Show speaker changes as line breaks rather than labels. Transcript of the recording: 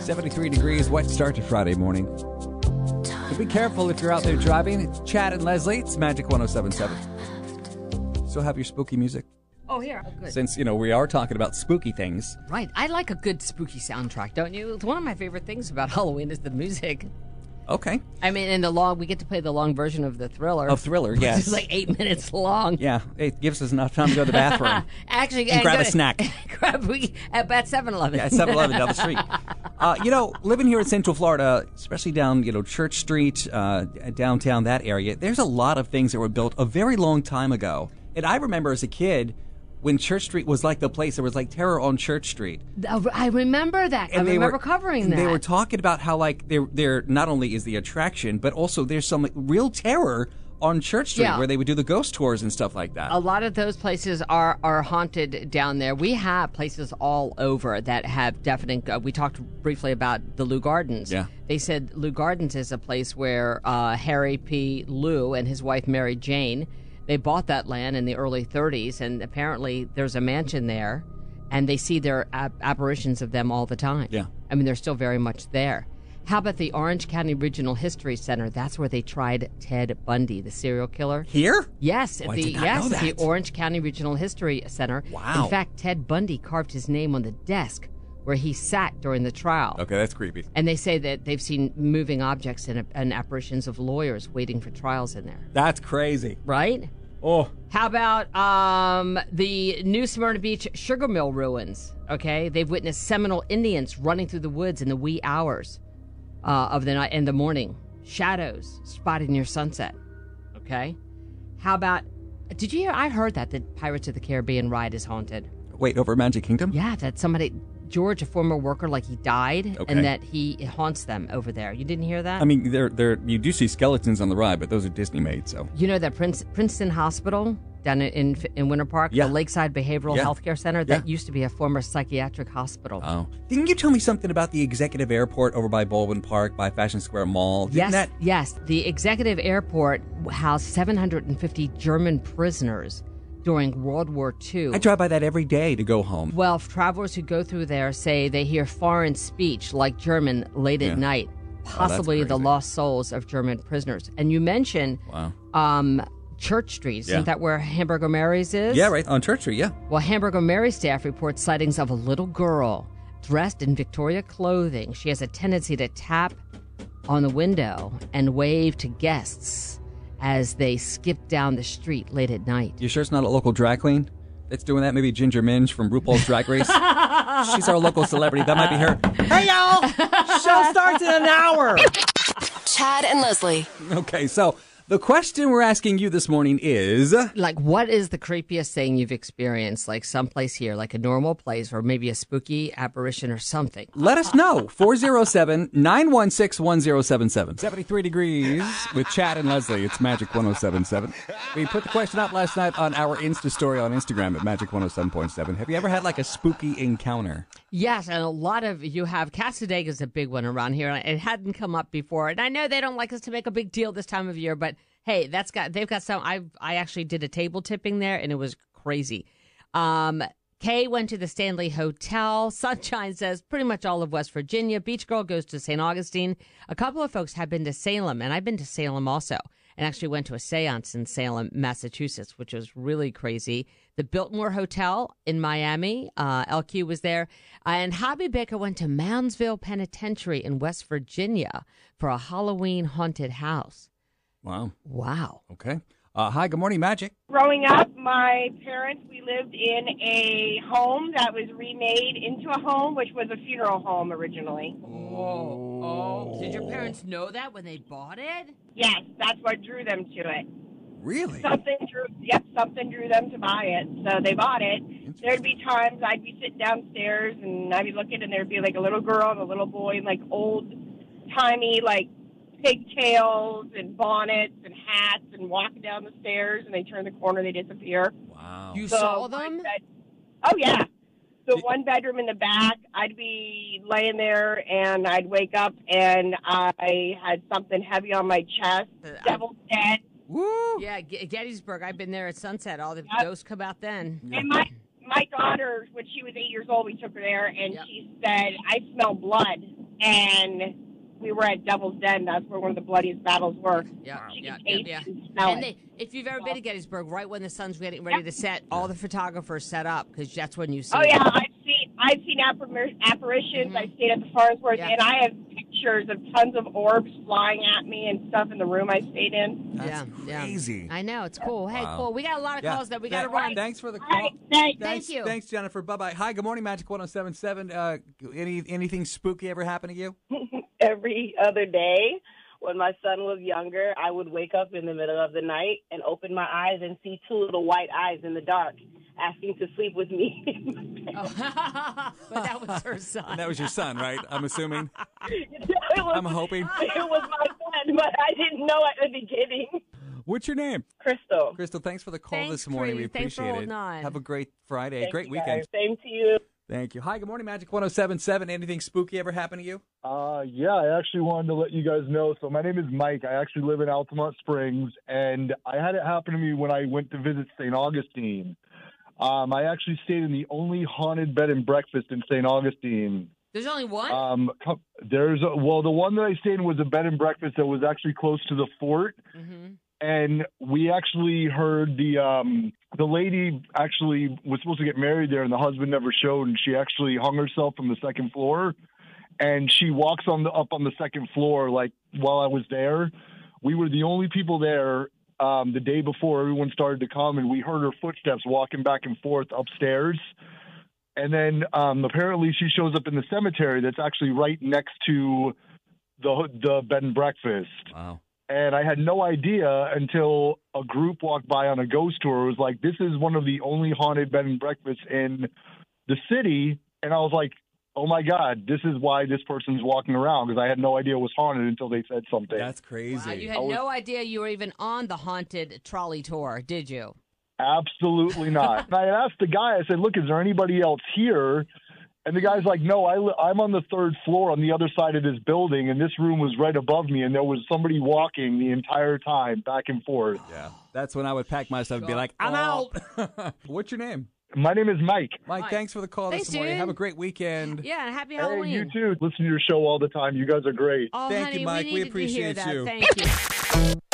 73 degrees, wet start to Friday morning. So be careful if you're out there driving. Chad and Leslie, it's Magic 1077. Still have your spooky music.
Oh, here. Oh, good.
Since, you know, we are talking about spooky things.
Right. I like a good spooky soundtrack, don't you? It's one of my favorite things about Halloween is the music.
Okay.
I mean, in the long, we get to play the long version of the thriller.
Of Thriller,
which
yes.
is like eight minutes long.
Yeah, it gives us enough time to go to the bathroom.
Actually,
And grab
go
a
to-
snack.
grab we at at Seven Eleven.
at 7-Eleven down the street. Uh, you know, living here in Central Florida, especially down you know Church Street, uh, downtown that area, there's a lot of things that were built a very long time ago. And I remember as a kid when Church Street was like the place. There was like terror on Church Street.
I remember that. I
they
remember
were-
covering
and
that.
They were talking about how like there there not only is the attraction, but also there's some real terror on Church Street
Yeah.
where they would do the ghost tours and stuff like that.
a lot of those places are are haunted down there. We have places all over that have definite. Uh, we talked briefly about the Lou Gardens.
Yeah.
They said Lou Gardens is a place where uh, Harry P. Lou and his wife Mary Jane they bought that land in the early 30s, and apparently there's a mansion there, and they see their ap- apparitions of them all the time.
Yeah.
I mean, they're still very much there. How about the Orange County Regional History Center? That's where they tried Ted Bundy, the serial killer.
here?
Yes, at
Oh, I
the
did not
yes,
know
at the
that.
Orange County Regional History Center.
Wow.
In fact, Ted Bundy carved his name on the desk where he sat during the trial.
Okay, that's creepy.
And they say that they've seen moving objects and, and apparitions of lawyers waiting for trials in there.
That's crazy.
Right?
Oh,
How about um, the New Smyrna Beach sugar mill ruins? Okay, they've witnessed Seminole Indians running through the woods in the wee hours uh, of the night and the morning. Shadows spotted near sunset. Okay, how about? Did you hear? I heard that the Pirates of the Caribbean ride is haunted.
wait, over at Magic Kingdom?
Yeah, that somebody George, a former worker, like he died,
Okay.
and that he haunts them over there. You didn't hear that?
I mean, there, there, you do see skeletons on the ride, but those are Disney made, so.
You know that Prince, Princeton Hospital down in in, in Winter Park,
Yeah.
the Lakeside Behavioral
Yeah.
Health Care Center, that
Yeah.
used to be a former psychiatric hospital.
Oh. Didn't you tell me something about the executive airport over by Baldwin Park, by Fashion Square Mall? Didn't
yes,
that-
yes. The executive airport housed 750 German prisoners during World War II.
I drive by that every day to go home.
well, travelers who go through there say they hear foreign speech like German late
Yeah.
at night, possibly the
crazy.
lost souls of German prisoners. And you mentioned
Wow.
um, Church Street. Isn't
Yeah.
that where Hamburger Mary's is?
Yeah, right on Church Street. Yeah.
Well, Hamburger Mary staff reports sightings of a little girl dressed in Victoria clothing. She has a tendency to tap on the window and wave to guests as they skip down the street late at night.
You sure it's not a local drag queen that's doing that? Maybe Ginger Minge from RuPaul's Drag Race. She's our local celebrity. That might be her. Hey y'all! Show starts in an hour.
Chad and Leslie.
Okay, so the question we're asking you this morning is.
Like, what is the creepiest thing you've experienced? Like, someplace here, like a normal place, or maybe a spooky apparition or something.
Let us know. 407 916 1077. 73 degrees with Chad and Leslie. It's Magic 1077. We put the question up last night on our Insta story on Instagram at Magic 107.7. Have you ever had like a spooky encounter?
Yes, and a lot of you have. Casadega is a big one around here, and it hadn't come up before. And I know they don't like us to make a big deal this time of year, but hey, that's got they've got some. I I actually did a table tipping there, and it was crazy. Um, Kay went to the Stanley Hotel. Sunshine says pretty much all of West Virginia. Beach Girl goes to St. Augustine. A couple of folks have been to Salem, and I've been to Salem also, and actually went to a seance in Salem, Massachusetts, which was really crazy. The Biltmore Hotel in Miami, uh, LQ was there. Uh, and Hobby Baker went to Moundsville Penitentiary in West Virginia for a Halloween haunted house.
Wow.
Wow.
Okay. Uh, hi, good morning, Magic.
Growing up, my parents, we lived in a home that was remade into a home, which was a funeral home originally.
Oh, did your parents know that when they bought it?
Yes, that's what drew them to it.
Really?
Something drew, yep, something drew them to buy it. So they bought it. There'd be times I'd be sitting downstairs and I'd be looking and there'd be like a little girl and a little boy in like old timey, like pigtails and bonnets and hats and walking down the stairs and they turn the corner, they disappear.
Wow.
You
So
saw
one
them?
bed- oh yeah. The one bedroom in the back, I'd be laying there and I'd wake up and I had something heavy on my chest. Devil's head.
Woo!
Yeah, G- Gettysburg. I've been there at sunset. All the
Yep.
ghosts come out then.
And my my daughter, when she was eight years old, we took her there and
Yep.
she said, I smell blood. and we were at Devil's Den. That's where one of the bloodiest battles were.
Yeah,
she
yeah,
could
yeah,
taste
yeah.
and smell
And
it.
they, if you've ever been to Gettysburg, right when the sun's getting ready to set, all the photographers set up because that's when you see.
Oh
it.
yeah, I've seen I've seen appar- apparitions. I stayed at the Farnsworth,
Mm-hmm. Yeah.
and I have pictures of tons of orbs flying at me and stuff in the room I stayed in.
That's
yeah.
crazy.
I know it's cool. Hey,
Wow.
cool. We got a lot of
Yeah.
calls that we got
Th-
to run.
Thanks for the
All
call.
right, thanks.
Thank
Thanks,
you.
thanks, Jennifer. Bye bye. Hi, good morning, Magic 1077. Uh, any, anything spooky ever happen to you?
every other day when my son was younger, I would wake up in the middle of the night and open my eyes and see two little white eyes in the dark asking to sleep with me.
Oh. but that was her son.
And that was your son, right? I'm assuming.
it, was,
I'm hoping.
it was my son, but I didn't know at the beginning.
What's your name?
Crystal.
Crystal, thanks for the call
Thanks,
this morning. We
Cree. Thanks for
appreciate
holding
it.
on.
Have a great Friday.
Thank
great
you, guys.
weekend.
Same to you.
Thank you. Hi, good morning, Magic 1077. Anything spooky ever happen to you?
Uh, yeah, I actually wanted to let you guys know. So my name is Mike. I actually live in Altamont Springs, and I had it happen to me when I went to visit St. Augustine. Um, I actually stayed in the only haunted bed and breakfast in St. Augustine.
There's only one.
Oh,
Um, co- there's a, well, the one that I stayed in was a bed and breakfast that was actually close to the fort,
hmm
and we actually heard the um, the lady actually was supposed to get married there, and the husband never showed, and she actually hung herself from the second floor, and she walks on the up on the second floor like while I was there. We were the only people there um, the day before everyone started to come, and we heard her footsteps walking back and forth upstairs. And then um, apparently she shows up in the cemetery that's actually right next to the the bed and breakfast
Wow.
and I had no idea until a group walked by on a ghost tour. It was like, this is one of the only haunted bed and breakfasts in the city. And I was like, oh my God, this is why this person's walking around because I had no idea it was haunted until they said something.
That's crazy.
Wow, you had no idea you were even on the haunted trolley tour, did you?
Absolutely not. and I had asked the guy, I said, look, is there anybody else here? And the guy's like, no, I li- I'm on the third floor on the other side of this building, and this room was right above me, and there was somebody walking the entire time back and forth.
yeah. That's when I would pack my stuff and be like, I'm out. What's your name?
My name is Mike.
Mike,
Mike.
thanks for the call
Thanks,
this morning.
dude.
Have a great weekend.
Yeah, and happy
Hey,
Halloween.
you too. Listen to your show all the time. You guys are great.
Oh,
Thank you,
honey,
Mike. We
We, needed to hear
appreciate
that.
you.
Thank you.